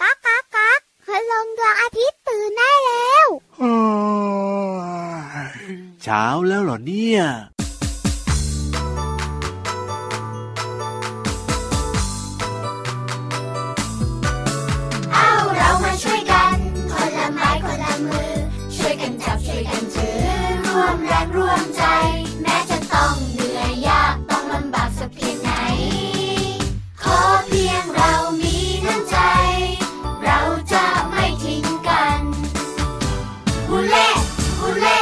ก๊ากก๊ากก๊ากคืนลงดวงอาทิตย์ตื่นได้แล้ว เช้าแล้วเหรอเนี่ย เอาเรามาช่วยกัน คนละไม้คนละมือ ช่วยกันจับช่วยกันถือ ร่วมแรงร่วมใจ แม้จะต้องเหนื่อยยากต้องลำบากสักเพียงไหน ขอเพียงเรามีน้ำใจ เราจะไม่ทิ้งกันฮูเล่ฮูเล่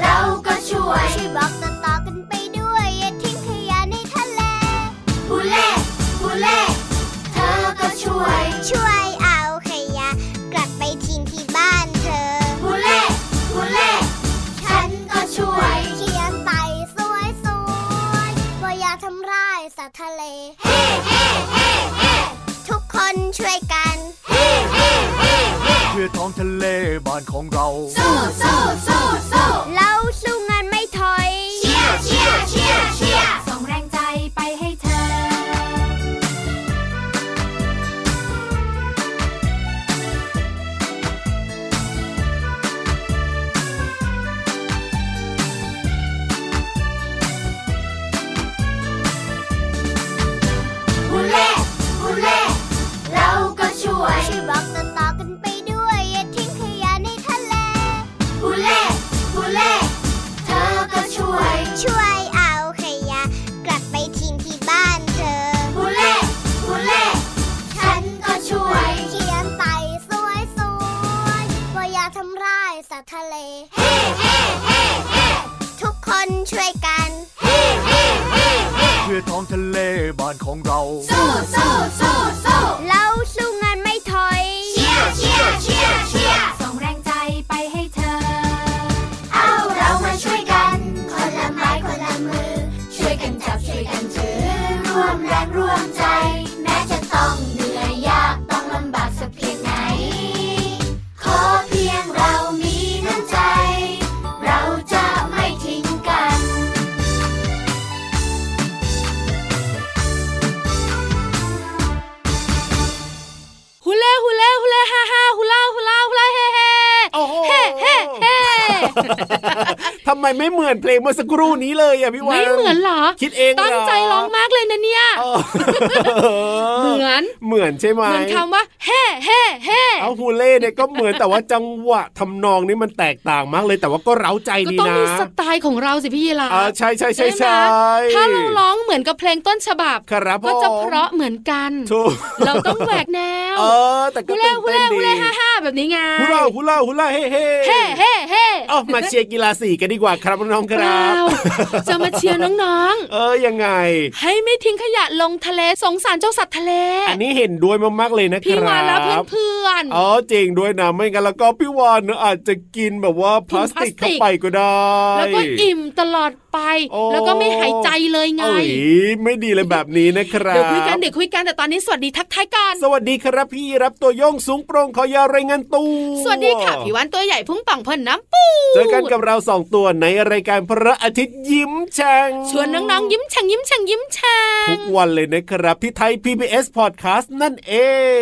เราก็ช่วย ช่วยบอกต่อๆกันไปด้วย อย่าทิ้งขยะในทะเล ฮูเล่ฮูเล่เธอก็ช่วย ช่วยเอาขยะ กลับไปทิ้งที่บ้านเธอ ฮูเล่ฮูเล่ฉันก็ช่วย เขียนไปสวยๆว่าอย่าทำร้ายสัตว์ทะเล เฮ้เฮ้เฮ้เฮ้ ทุกคนช่วยกัน เฮ้เฮ้เฮ้เฮ้ เพื่อท้องทะเลบ้านของเรา สู้สู้สู้สู้ เราสู้งานไม่ถอย เชียร์เชียร์เชียร์เชียร์ส่งแรงใจไปให้เธอ ฮูเล่ฮูเล่เราก็ช่วย ช่วยบอกต่อๆกันไปด้วย อย่าทิ้งขยะในทะเล ฮูเล่ฮูเล่เธอก็ช่วย ช่วยเอาขยะ กลับไปทิ้งที่บ้านเธอ ฮูเล่ฮูเล่ฉันก็ช่วย เขียนไปสวยๆว่าอย่าทำร้ายสัตว์ทะเล เฮ้เฮ้เฮ้เฮ้ ทุกคนช่วยกัน เฮ้เฮ้เฮ้เฮ้ เพื่อท้องทะเลบ้านของเรา สู้สู้สู้สู้ เราสู้งานไม่ถอย เชียร์เชียร์เชียร์เชียร์ส่งแรงใจไปให้เธอ เอาเรามาช่วยกัน คนละไม้คนละมือ ช่วยกันจับช่วยกันถือ ร่วมแรงร่วมใจ แม้จะต้องเหนื่อยยากต้องลำบากสักเพียงไหน ขอเพียงเรามีน้ำใจ เราจะไม่ทิ้งกัน ฮูเล่ฮูเล่ฮูเล่ฮ่าฮ่าฮูล่าฮูล่าฮูล่าเฮ่เฮ่ โอ้โห เฮ่เฮ่เฮ่ ทำไมไม่เหมือนเพลงเมื่อสักครู่นี้เลยอ่ะพี่วัน ไม่เหมือนเหรอ คิดเองเหร ตั้งใจร้องมากเลยนะเนี่ย เออ เหมือน เหมือน ใช่ไหม เหมือนคำว่าเฮ่เฮ่เฮ่ เอาฮูเล่เนี่ยก็เหมือนแต่ว่าจังหวะทำนองนี่มันแตกต่างมากเลยแต่ว่าก็เร้าใจ ก็ ดี ต้อง นะ มีสไตล์ของเราสิพี่ยีราฟ อ่าใช่ใช่ใช่ ไหม ใช่ ถ้าเราร้องเหมือนกับเพลงต้นฉบับ ครับ ก็จะ ผม เพราะเหมือนกัน ถูก เราต้องแหวกแนว เออแต่ก็ ฮู ตื่ เล่ น ฮู เต้เล่นดี ฮูเล่ฮ่าฮ่าแบบนี้ไง ฮูล่าฮูล่าฮูล่าเฮ่เฮ่ เฮ่เฮ่เฮ่ เอามาเชียร์กีฬาสีกันดีกว่าครับน้องๆค เป รั ล่า บ จะมาเชียร์น้องๆ เออยังไง ให้ไม่ทิ้งขยะลงทะเลสงสารเจ้าสัตว์ทะเล อันนี้เห็นด้วยมากๆเลยนะครับ พี่วานแล้วเพื่อนๆ อ๋อจริงด้วยนะไม่งั้นแล้วก็พี่วานเนอะอาจจะกินแบบว่าพลาสติก กินพลาสติ เข้าก ไปก็ได้ แล้วก็อิ่มตลอดไป โอ้ แล้วก็ไม่หายใจเลยไง เอ้ยไม่ดีเลยแบบนี้นะครับ เดี๋ยวคุยกันเดี๋ยวคุยกันแต่ตอนนี้สวัสดีทักทายกัน สวัสดีครับพี่รับตัวโย่องสูงโปร่งขอยาวรายงานตัว สวัสดีค่ะพี่วานตัวใหญ่พุ่งป่องพ่นน้ำปู เจอกันกับเราสองตัวในรายการพระอาทิตย์ยิ้มแฉ่ง ชวนน้องๆยิ้มแฉ่งยิ้มแฉ่งยิ้มแฉ่ง ทุกวันเลยนะครับ ที่ไทย PBS Podcast นั่นเอ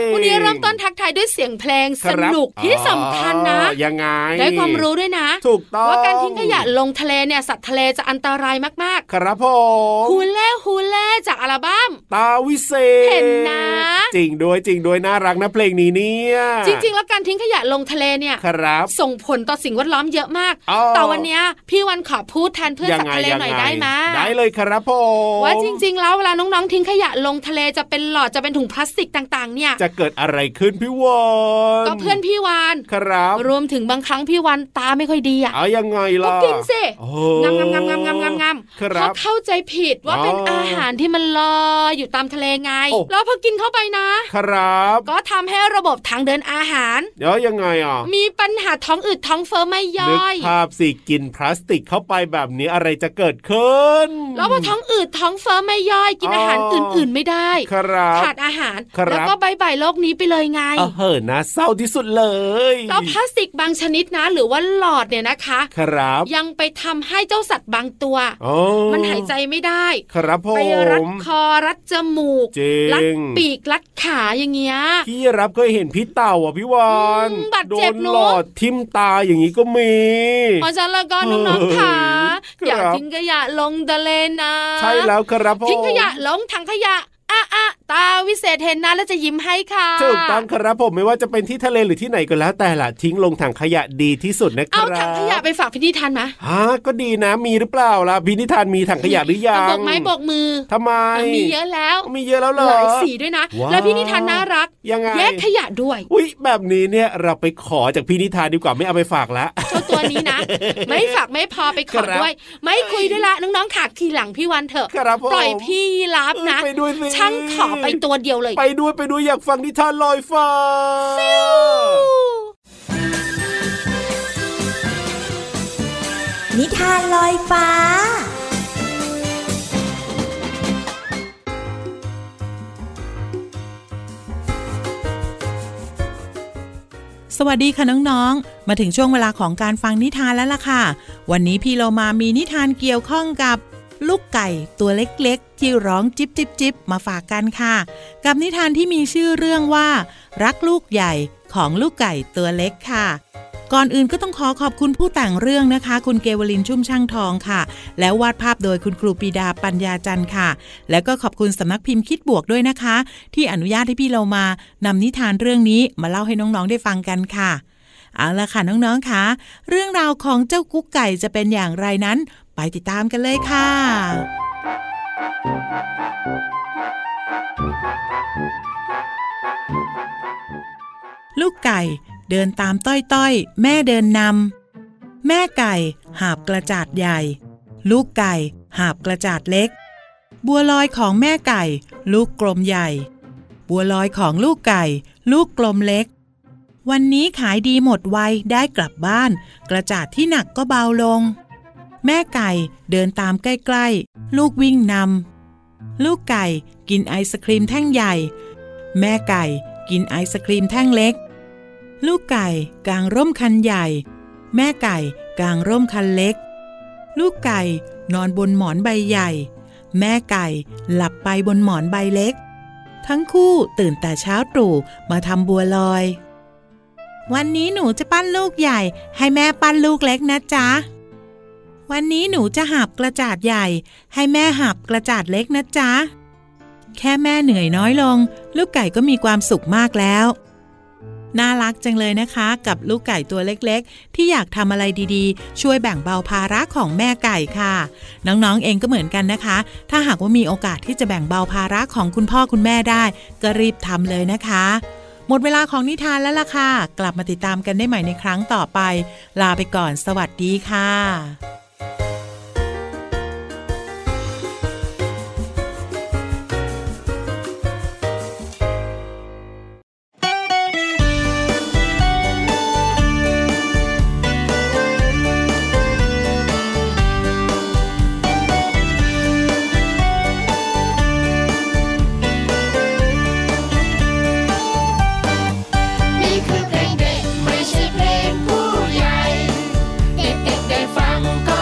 ง วันนี้เริ่มต้นทักทายด้วยเสียงเพลง ค ส รับ นุกที่สำคัญนะ อ๋อยังไง ได้ความรู้ด้วยนะ ถูกต้อง ว่าการทิ้งขยะลงทะเลเนี่ยสัตว์ทะเลจะอันตรายมาก ครับผ ๆ ม ฮูเล่ฮูเล่จากอัลบั้ม ตาวิเศษ เห็นนะ จริงด้วยจริงด้วยน่ารักนะเพลงนี้เนี่ย จริงๆ แล้วการทิ้งขยะลงทะเลเนี่ย ครับ ส่งผลต่อสิ่งแวดล้อมเยอะมาก อ้าว แต่วันเนี้ยพี่วันขอพูดแทนเพื่อนสัตว์ทะเลหน่อยได้ไหม ได้เลยครับผม ว่าจริงๆ แล้วเวลาน้องๆ ทิ้งขยะลงทะเลจะเป็นหลอดจะเป็นถุงพลาสติกต่างๆ เนี่ย จะเกิดอะไรขึ้นพี่วอน ก็เพื่อนพี่วาน ครับ รวมถึงบางครั้งพี่วานตาไม่ค่อยดีอ่ะ เอายังไง ก็ ล่ะ กินสิ โอ้ งำงำงำงำงำงำงำ ค เขา รับ เข้าใจผิดว่า อ๋อ เป็นอาหารที่มันลอยอยู่ตามทะเลไง โอ้ แล้วพอกินเข้าไปนะ ครับ ก็ทำให้ระบบทางเดินอาหาร เดี๋ยวยังไงอ่ะ มีปัญหาท้องอืดท้องเฟ้อไม่ย่ นึก อย ภาพสิกินพลาส สติกเข้าไปแบบนี้อะไรจะเกิดขึ้น แล้วพอท้องอืดท้องเฟ้อไม่ย่อยกิน อ๋ออ อาหารอื่นๆไม่ได้ ครับ ขาดอาหาร ครับ แล้วก็บายบายโลกนี้ไปเลยไง เออเหอะนะเศร้าที่สุดเลย แล้วพลาสติกบางชนิดนะ หรือว่าหลอดเนี่ยนะคะ ครับ ยังไปทำให้เจ้าสัตว์บางตัว อ๋อ มันหายใจไม่ได้ ครับผ ไปรัด ม คอรัดจมูก จริง รัดปีกรัดขาอย่างเงี้ย พี่รับเคยเห็นพี่เต่าอ่ะพี่วาน อืมบาด โด เจ็บ น เนอะ หลอดทิ่มตาอย่างนี้ก็มี เพราะฉะนั้นแล้วก็น้องๆขา เฮ้ยครัอบย่าทิ้งขยะลงทะเลนะ ใช่แล้วครับผม ทิ้งขยะลงถังขยะอ่ะอ่ะตาวิเศษเห็นนะแล้วจะยิ้มให้ค่ะ ถูกต้องครับผมไม่ว่าจะเป็นที่ทะเลหรือที่ไหนก็แล้วแต่ละทิ้งลงถังขยะดีที่สุดนะค เอา รับ ถังขยะไปฝากพี่นิทานมะ ฮะก็ดีนะมีหรือเปล่าล่ะพี่นิทานมีถังขยะหรือยัง บอกไม้บอกมือ ทำไม มีเยอะแล้ว มีเยอะแล้วเหรอ หลายสีด้วยนะ ว้าว แล้วพี่นิทานน่ารัก ยังไง แยกขยะด้วย อุ้ยแบบนี้เนี่ยเราไปขอจากพี่นิทานดีกว่าไม่เอาไปฝากละ เจ้าตัวนี้นะ ไม่ฝากไม่พอไปข ครั อบ ด้วย ไม่คุยด้วยละน้องๆขาทีหลังพี่วันเถอะ ครับผม ปล่อยพี่ลาบนะ เออไปด้วยสิ ช่างขอไปตัวเดียวเลย ไปด้วยไปด้วยอยากฟังนิทานลอยฟ้า นิทานลอยฟ้า สวัสดีค่ะน้องๆ มาถึงช่วงเวลาของการฟังนิทานแล้วล่ะค่ะ วันนี้พี่เรามามีนิทานเกี่ยวข้องกับ ลูกไก่ตัวเล็กๆ ที่ร้องจิบจิบจิบมาฝากกันค่ะ กับนิทานที่มีชื่อเรื่องว่า รักลูกใหญ่ของลูกไก่ตัวเล็กค่ะ ก่อนอื่นก็ต้องขอขอบคุณผู้แต่งเรื่องนะคะ คุณเกวลินชุ่มช่างทองค่ะ แล้ววาดภาพโดยคุณครูปีดาปัญญาจันทร์ค่ะ แล้วก็ขอบคุณสำนักพิมพ์คิดบวกด้วยนะคะ ที่อนุญาตให้พี่เรามานำนิทานเรื่องนี้มาเล่าให้น้องๆได้ฟังกันค่ะ เอาละค่ะน้องๆค่ะเรื่องราวของเจ้ากุ๊กไก่จะเป็นอย่างไรนั้น ไปติดตามกันเลยค่ะ ลูกไก่เดินตามต้อยๆ แม่เดินนำแม่ไก่หาบกระจาดใหญ่ ลูกไก่หาบกระจาดเล็ก บัวลอยของแม่ไก่ ลูกกลมใหญ่ บัวลอยของลูกไก่ ลูกกลมเล็ก วันนี้ขายดีหมดไวได้กลับบ้าน กระจาดที่หนักก็เบาลง แม่ไก่เดินตามใกล้ๆ ลูกวิ่งนำลูกไก่กินไอศครีมแท่งใหญ่ แม่ไก่กินไอศครีมแท่งเล็ก ลูกไก่กางร่มคันใหญ่ แม่ไก่กางร่มคันเล็ก ลูกไก่นอนบนหมอนใบใหญ่ แม่ไก่หลับไปบนหมอนใบเล็ก ทั้งคู่ตื่นแต่เช้าตรู่มาทำบัวลอย วันนี้หนูจะปั้นลูกใหญ่ ให้แม่ปั้นลูกเล็กนะจ๊ะ วันนี้หนูจะหาบกระจาดใหญ่ ให้แม่หาบกระจาดเล็กนะจ๊ะ แค่แม่เหนื่อยน้อยลง ลูกไก่ก็มีความสุขมากแล้ว น่ารักจังเลยนะคะ กับลูกไก่ตัวเล็กๆ ที่อยากทำอะไรดีๆ ช่วยแบ่งเบาภาระของแม่ไก่ค่ะ น้องๆเองก็เหมือนกันนะคะ ถ้าหากว่ามีโอกาสที่จะแบ่งเบาภาระของคุณพ่อคุณแม่ได้ ก็รีบทำเลยนะคะ หมดเวลาของนิทานแล้วล่ะค่ะ กลับมาติดตามกันได้ใหม่ในครั้งต่อไป ลาไปก่อนสวัสดีค่ะ นี่คือเพลงเด็กไม่ใช่เพลงผู้ใหญ่ เด็กๆได้ฟังก็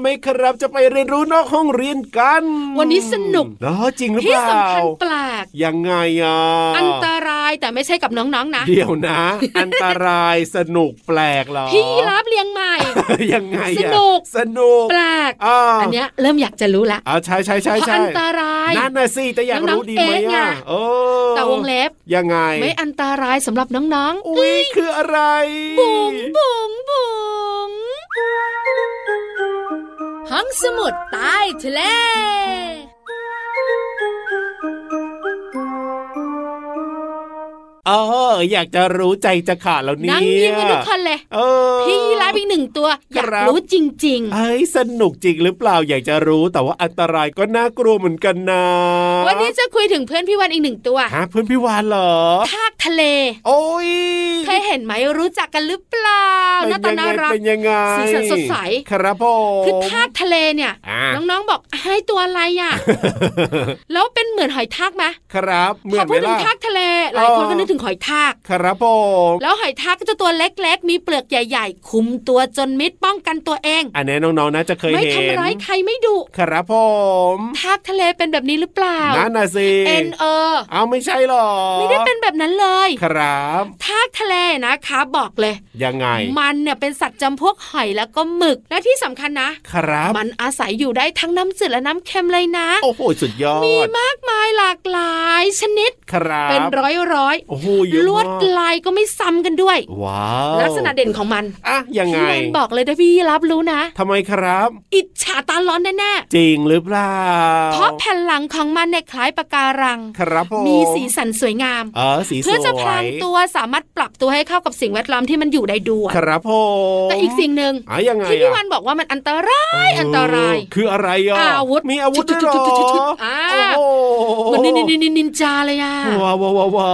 ไหมครับ จะไปเรียนรู้นอกห้องเรียนกัน วันนี้สนุก เหรอจริงหรือเป ที่ ล่า สำคัญแปลก ยังไงอ่ะ อันตรายแต่ไม่ใช่กับน้องๆนะ เดี๋ยวนะ อันตรายสนุกแปลกเหรอ พี่รับเลี้ยงใหม่ ยังไงอะ สนุก สนุก แปลก อ่า อันเนี้ยเริ่มอยากจะรู้ละ อ่าใช่ใช่ เพ ใช่ ราะ ใช่ อันตราย นั่นน่ะสิแต่อยาก น้องๆ รู้ดีไหม เอ๊ะไง อ่ะโอ้ แต่วงเล็บ ยังไง ไม่อันตรายสำหรับน้อง อุ้ยคืออะไร ๆบุ๋งบุ๋งบุ๋งห้องสมุดใต้ทะเล เอออยากจะรู้ใจจะขาดแล้วเนี่ย นั่งยิ้มกันทุกคนเลย เออ พี่รับอีกหนึ่งตัว อยาก ครับ รู้จริง เอ้ยสนุกจริงหรือเปล่า อยากจะรู้แต่ว่าอันตรายก็น่ากลัวเหมือนกันนะ ๆ วันนี้จะคุยถึงเพื่อนพี่วันอีกหนึ่งตัว หาเพื่อนพี่วานเหรอ ทากทะเล โอ้ย เคยเห็นไหมรู้จักกันหรือเปล่าหน้าตาน่ารัก เป็นยังไง สี เป็นยังสันไงสดใส ครับผม คือทากทะเลเนี่ย อ่า น้องๆบอกให้ตัวอะไรอ่ะ แล้วเป็นเหมือนหอยทากไหม ครับเหมือ พอน ไหม พูดถึง ล่ะ ทากทะเล หลายคน เออ ก็นึกถึงหอยทาก ครับผม แล้วหอยทากก็จะตัวเล็กๆ มีเปลือกใหญ่ๆ คุมตัวจนมิดป้องกันตัวเอง อันนี้น้องๆน่าจะเคย ไม่ เห็น ทำร้ายใครไม่ดุ ครับผม ทากทะเลเป็นแบบนี้หรือเปล่า นั่นน่ะสิ N O เอาไม่ใช่หรอ ไม่ได้เป็นแบบนั้นเลย ครับ ทากทะเลนะคะบอกเลย ยังไง มันเนี่ยเป็นสัตว์จำพวกหอยแล้วก็หมึก และที่สำคัญนะ ครับ มันอาศัยอยู่ได้ทั้งน้ำจืดและน้ำเค็มเลยนะ โอ้โหสุดยอ มี ด มากมายหลากหลายชนิด ครับ เป็นร้อยร้อย โอ้โห ๆ เยอะ ลวด มาก ลายก็ไม่ซ้ำกันด้วย ว้าว ลักษณะเด่นของมัน อ่ะยังไง พี่แมนบอกเลยนะพี่รับรู้นะ ทำไมครับ อิจฉาตาร้อนแน่ จริงหรือเปล่า ๆ เพราะแผ่นหลังของมันเนี่ยคล้ายปะการัง ครับผม มีสีสันสวยงาม เออสีสวย เพื่อจะพลางตัวสามารถปรับตัวให้เข้ากับสิ่งแวดล้อมที่มันอยู่ได้ด้วย ครับผม แต่อีกสิ่งหนึ่ง อ่ะยังไง ที่พี่ อะ วันบอกว่ามันอันตรายอันตราย เออคืออะไรอ่ะ อาวุธ มีอาวุธด้วยเหรอ ชุดๆๆๆๆๆอ่า โอ้โห เหมือนนินนินนินนินจาเลยอะ ว้าวว้าวว้าวว้า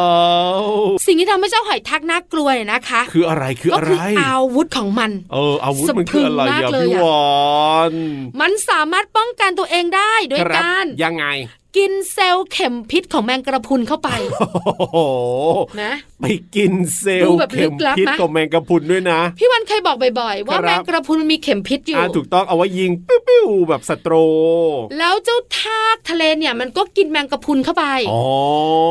ว สิ่งที่ทำให้เจ้าหอยทักน่ากลัวเนี่ยนะคะ คืออะไรคือ ก็ อะไร คืออาวุธของมัน เอออาวุธมัน สะพรึ คือง อะไร มาก อ่ะ เลย พี่ อะ วอน มันสามารถป้องกันตัวเองได้โดย คบ การ ยังไง กินเซลล์เข็มพิษของแมงกระพรุน เข้าไป โอ้โห นะ ไปกินเซล ดู ล์ แบบลึ เข็ม กลับ พิษ นะ กับแมงกะพรุนด้วยนะ พี่วันเคยบอกบ่อยๆ ว่า ครับ แมงกระพรุนมันมีเข็มพิษอยู่ อ่าถูกต้องเอาไว้ยิงปิ้วปิ้วแบบสตรู แล้วเจ้าทากทะเลเนี่ยมันก็กินแมงกระพรุนเข้าไป อ๋อ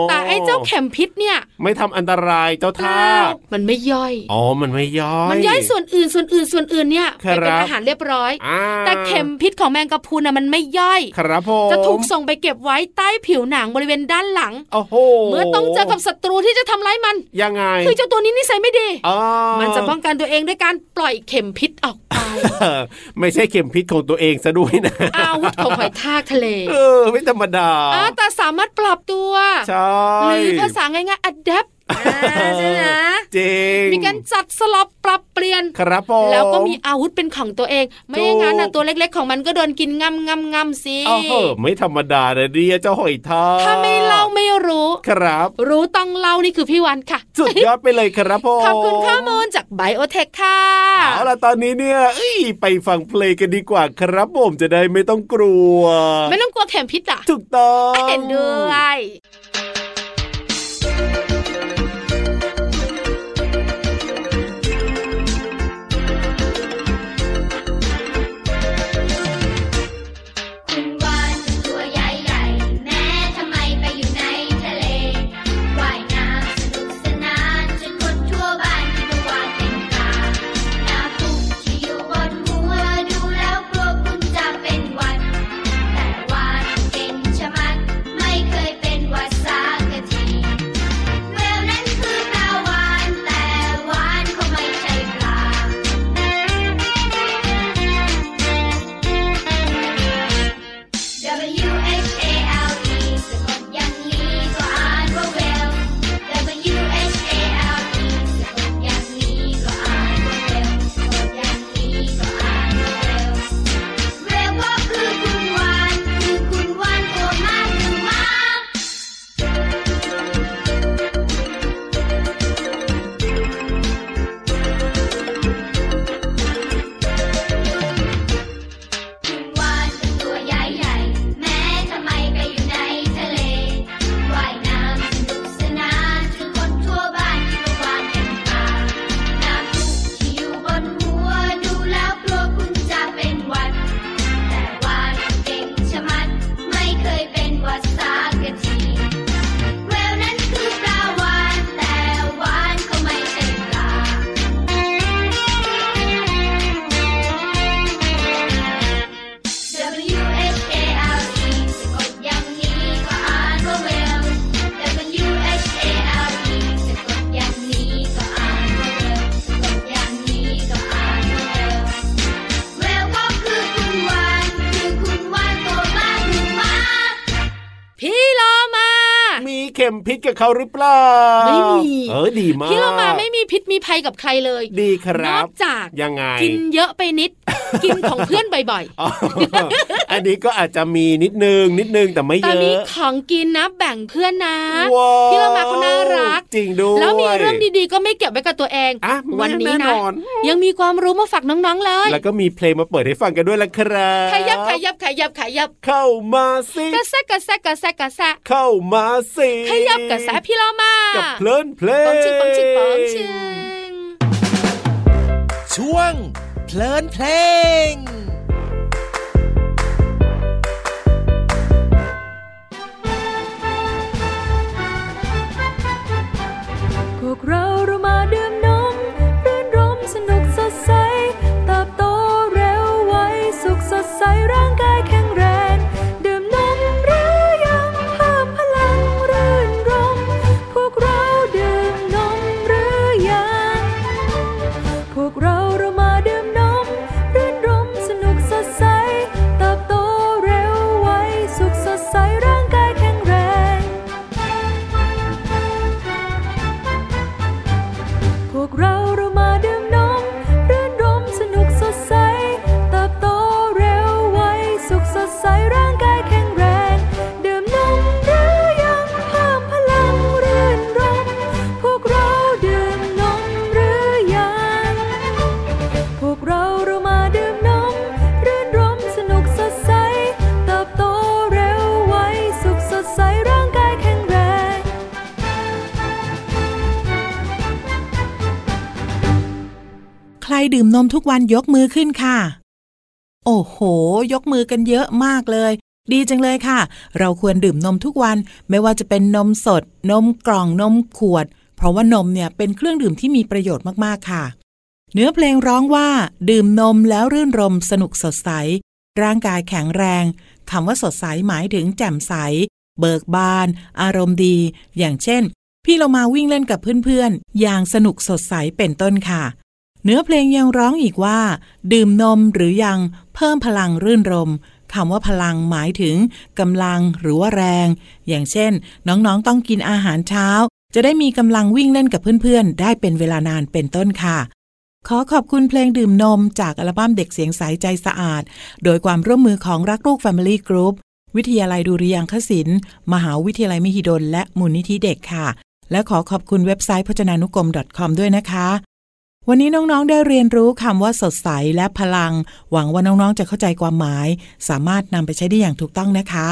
แต่ไอ้เจ้าเข็มพิษเนี่ย ไม่ทำอันตรายเจ้า เป ทา ล่าก มันไม่ย่อย อ๋อมันไม่ย่อย มันย่อยส่วนอื่นส่วนอื่นส่วนอื่นเนี่ยไปเป็น ครับ อาหารเรียบร้อย อ่า แต่เข็มพิษของแมงกะพรุนน่ะมันไม่ย่อย ครับผม จะถูกส่งไปเก็บไว้ใต้ผิวหนังบริเวณด้านหลัง โอ้โห เมื่อต้องเจอกับศัตรูที่จะทำร้ายมัน ยังไง คือเจ้าตัวนี้นิสัยไม่ดี อ๋อ มันจะป้องกันตัวเองด้วยการปล่อยเข็มพิษออก ไป เออ ไม่ใช่เข็มพิษของตัวเองซะด้วยนะ อาวุธของหอยทากทะเล เออไม่ธรรมดา อ่าแต่สามารถปรับตัว ใช่ หรือภาษาง่ายๆ adapt อ่าใช่ไหม จริง มีการจัดสลับปรับเปลี่ยน ครับผม แล้วก็มีอาวุธเป็นของตัวเอง ไม่ ถูก อย่างนั้นนะตัวเล็กๆ ของมันก็โดนกินงำงำงำสิ เออไม่ธรรมดานะเนี่ยเจ้าหอยทาก ถ้าไม่เล่าไม่รู้ ครับ รู้ต้องเล่านี่คือพี่วันค่ะ สุดยอดไปเลยครับผม ขอบคุณข้อมูลจากไบโอเทคค่ะ เอาล่ะตอนนี้เนี่ยเอ้ยไปฟังเพลงกันดีกว่าครับผมจะได้ไม่ต้องกลัว ไม่ต้องกลัวเข็มพิษอ่ะ ถูกต้อง เห็นด้วย คุณวานตัวใหญ่ๆ แม้ทำไมไปอยู่ในทะเล ว่ายน้ำสนุกสนานจนคนทั่วบ้านคิดว่าวานเป็นปลาหน้าปุ๊กที่อยู่บนหัวดูแล้วกลัวคุณจะเป็นหวัด แต่วานเก่งชะมัดไม่เคยเป็นหวัดสา มพิษกับเขาหรือเปล่า ไม่มี เออดีมาก พี่เรามาไม่มีพิษมีภัยกับใครเลย ดีคน รั อบ กจาก ยังไง กินเยอะไป นิด กินของเพื่อนบ่อย อ๋อ อันนี้ก็อาจจะมีนิดนึงนิดนึงแต่ไม่ ๆ ต เย อนนี้ อะ ของกินนะแบ่งเพื่อนนะ ว้ว พี่เรามาเขาน่ารัก จริงด้วย แล้วมีเรื่องดีๆ ก็ไม่เก็บไว้กับตัวเอง อ่ะ วันี้ แน่ นะ นอน ยังมีความรู้มาฝากน้องๆเลย แล้วก็มีเพลงมาเปิดให้ฟังกันด้วยละครับ ขยับขยับขยับขยับ เข้ามาสิ กระแซะกระแซะกระแซะกระแซะ เข้ามาสิ ขยับกระแซะพี่เรามา กับเพลินเพลง ปองชิงปองชิงปองชิง ช่วงเพลินเพลง พวกเราเรามาดื่มนมรื่นรมสนุกสดใสเติบโตเร็วไวสุขสดใสร่างกายแข็งแรง ดื่มนมหรือยังเพิ่มพลังรื่นรมพวกเราดื่มนมหรือยัง พวกเราเรามาดื่มนมรื่นรมสนุกสดใสเติบโตเร็วไวสุขสดใสร่างกายแข็งแรง พวกเราเรามาดื่มนมรื่นรมสนุกสดใสเติบโตเร็วไวสุขสดใสร่างกายแข็งแรง ดื่มนมหรือยังเพิ่มพลังรื่นรมพวกเราดื่มนมหรือยัง พวกเราเรามาดื่มนมรื่นรมสนุกสดใสเติบโตเร็วไวสุขสดใสร่างกายแข็งแรง ใครดื่มนมทุกวันยกมือขึ้นค่ะ โอ้โห ยกมือกันเยอะมากเลย ดีจังเลยค่ะ เราควรดื่มนมทุกวัน ไม่ว่าจะเป็นนมสด นมกล่องนมขวด เพราะว่านมเนี่ยเป็นเครื่องดื่มที่มีประโยชน์มากๆค่ะ เนื้อเพลงร้องว่า ดื่มนมแล้วรื่นรมสนุกสดใส ร่างกายแข็งแรงคำว่าสดใสหมายถึงแจ่มใส เบิกบาน อารมณ์ดี อย่างเช่น พี่เรามาวิ่งเล่นกับเพื่อนๆ อย่างสนุกสดใสเป็นต้นค่ะ เนื้อเพลงยังร้องอีกว่า ดื่มนมหรือยังเพิ่มพลังรื่นรมคำว่าพลังหมายถึงกำลังหรือว่าแรง อย่างเช่น น้องๆต้องกินอาหารเช้า จะได้มีกำลังวิ่งเล่นกับเพื่อนๆ ได้เป็นเวลานานเป็นต้นค่ะ ขอขอบคุณเพลงดื่มนมจากอัลบั้มเด็กเสียงใสใจสะอาด โดยความร่วมมือของรักลูก Family Group วิทยาลัยดุริยางคศิลป์มหาวิทยาลัยมหิดล และมูลนิธิเด็กค่ะ และขอขอบคุณเว็บไซต์พจนานุกรม .com ด้วยนะคะ วันนี้น้อง ๆ ได้เรียนรู้คำว่าสดใสและพลัง หวังว่าน้อง ๆ จะเข้าใจความหมาย สามารถนำไปใช้ได้อย่างถูกต้องนะคะ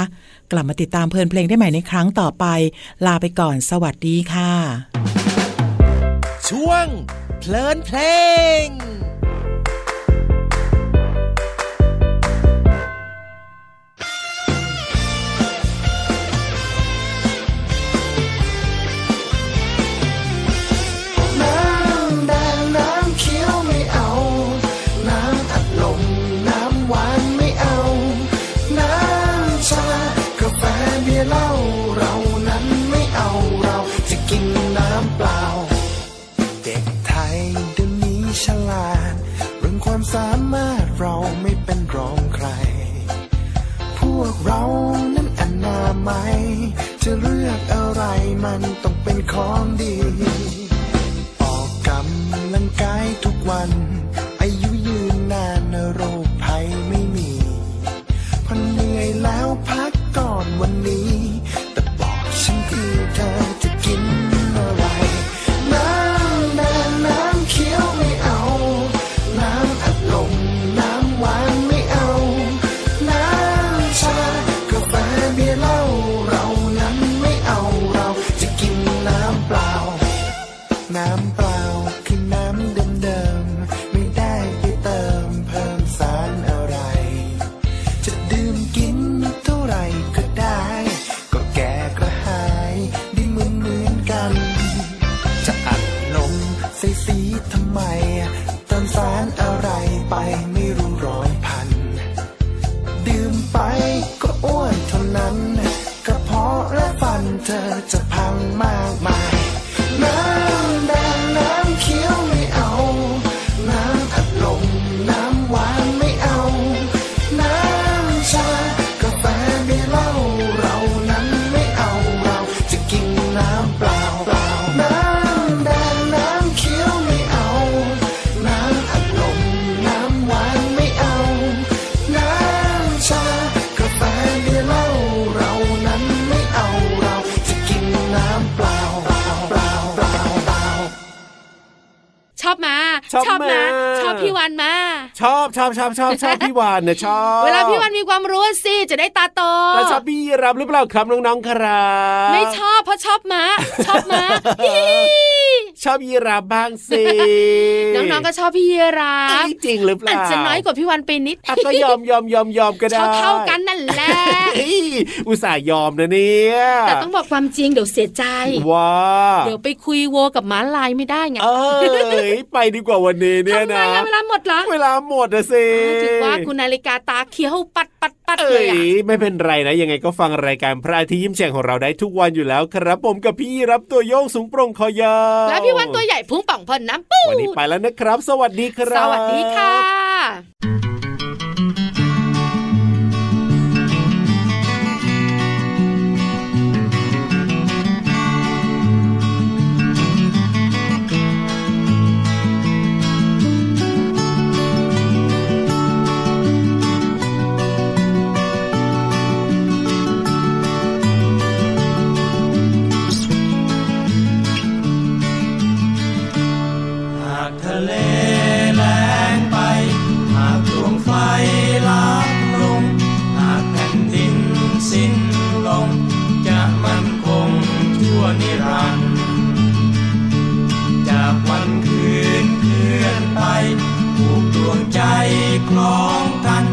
กลับมาติดตามเพลินเพลงได้ใหม่ในครั้งต่อไป ลาไปก่อน สวัสดีค่ะ ช่วงเพลินเพลง น้ำแดงน้ำเขียวไม่เอา น้ำอัดลมน้ำหวานไม่เอา น้ำชากาแฟเบียร์เหล้าเรานั้นไม่เอาเราจะกินน้ำเปล่า เด็กไทยเดี๋ยวนี้ฉลาด เรื่องความสามารถเราไม่เป็นรองใคร พวกเรานั้นอนามัยจะเลือกอะไรมันต้องเป็นของดี ออกกำลังกายทุกวัน อายุยืนนานโรคภัยไม่มีพอเหนื่อยแล้วพักก่อนวันนี้ แต่บอกฉันทีเธอจะกินอะไร น้ำแดงน้ำเขียวไม่เอา น้ำอัดลมน้ำหวานไม่เอา น้ำชากาแฟเบียร์เหล้าเรานั้นไม่เอาเราจะกินน้ำเปล่า น้ำเปล่าคือน้ำเดิมๆ ไม่ได้ไปเติมเพิ่มสารอะไร จะดื่มกินเท่าไหร่ก็ได้ ก็แก่กระหายได้เหมือนเหมือนๆกัน จะอัดลมใส่สีทำไมเติมสารอะไรไปไม่รู้ร้อยพัน ดื่มไปก็อ้วนเท่านั้นกระเพาะและฟันเธอจะพังมากมาย น้ำแดงน้ำเขียวไม่เอา น้ำอัดลมน้ำหวานไม่เอา น้ำชากาแฟไม่เหล้าเรานั้นไม่เอาเราจะกิน อบมา ชอบ มา มา ชอบพี่วันมา ชอบชอบชอบชอบชอบพี่วานนะชอบ เวลาพี่วันมีความรู้สิจะได้ตาโต แล้วชอบพี่ยีรับหรือเปล่าครับน้องๆครับ ไม่ชอบเพราะชอบมาชอบ มาฮิ ชอบยีรับบ้างสิ น้องๆก็ชอบพี่เยรา เอ้ยจริงหรือเป อา ล่า จจะน้อยกว่าพี่วันไปนิด อ่ะก็ยอมยอมยอมยอมก็ได้ ชอบเท่ากันนั่นแหละ เอ้ยอุตส่าห์ยอมนะเนี่ย แต่ต้องบอกความจริงเดี๋ยวเสียใจ ว้า เดี๋ยวไปคุยโวกับหมาลายไม่ได้ไง เอ้ยไปดีกว่าวันนี้เนี่ย ทำไม นะ อะเวลาหมดเหรอ เวลาหมดนะสิ ถือว่าคุณนาฬิกาตาเขียวปัดปัดปัดเล เอ้ ย ย อะ ไม่เป็นไรนะยังไงก็ฟังรายการพระอาทิตย์ยิ้มแฉ่งของเราได้ทุกวันอยู่แล้วครับผมกับพี่ยีรับตัวโยงสูงโปร่งคอยาว แล้วพี่วันตัวใหญ่พุงป่องพอนน้ำปู วันนี้ไปแล้วนะครับ สวัสดีค ส รับ วัสดีค่ะ หากทะเลแล้งไป หากดวงไฟลาบลง หากแผ่นดินสิ้นลง จะมั่นคงชั่วนิรันดร์จากวันคืนเคลื่อนไปผูกดวงใจคล้องกัน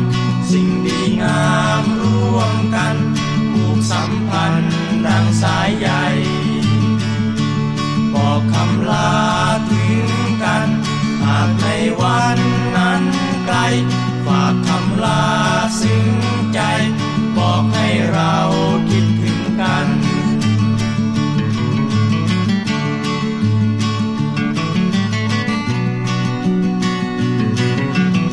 สิ่งดีงามร่วมกันผูกสัมพันธ์ดังสายใหญ่ บอกคำลาถึงกัน หากในวันนั้นไกล ฝากคำลาซึ้งใจ บอกให้เราคิดถึงกัน ส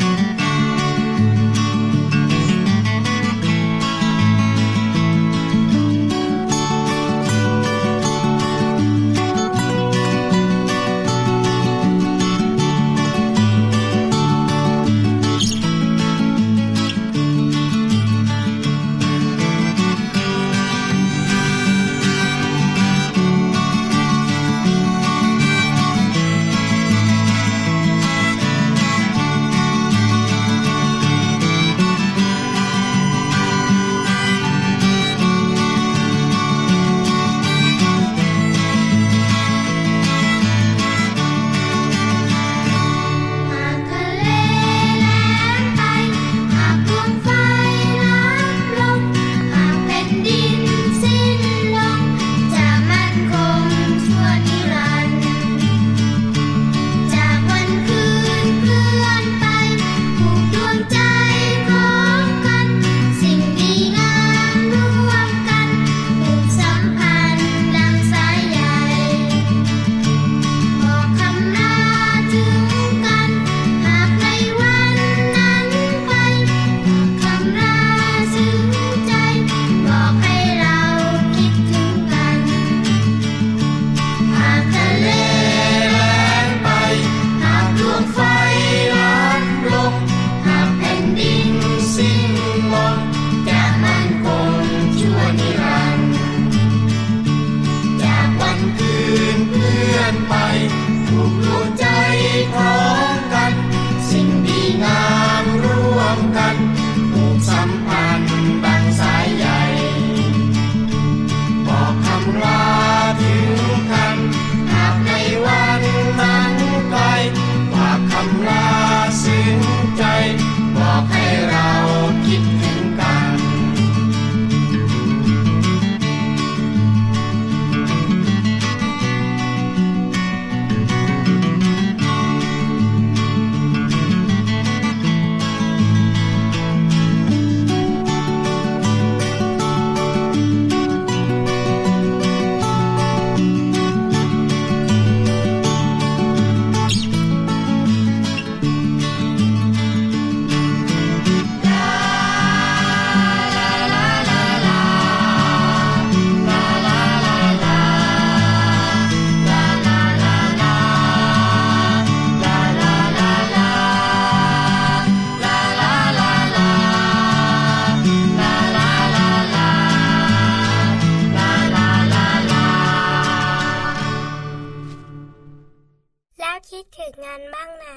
แล้วคิดถึงงานบ้างนะ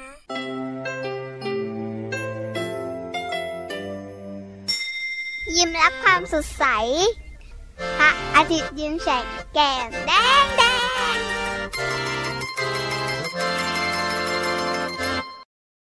ยิ้มรับความสดใส พระอาทิตย์ยิ้มแฉกแก้มแดงแดง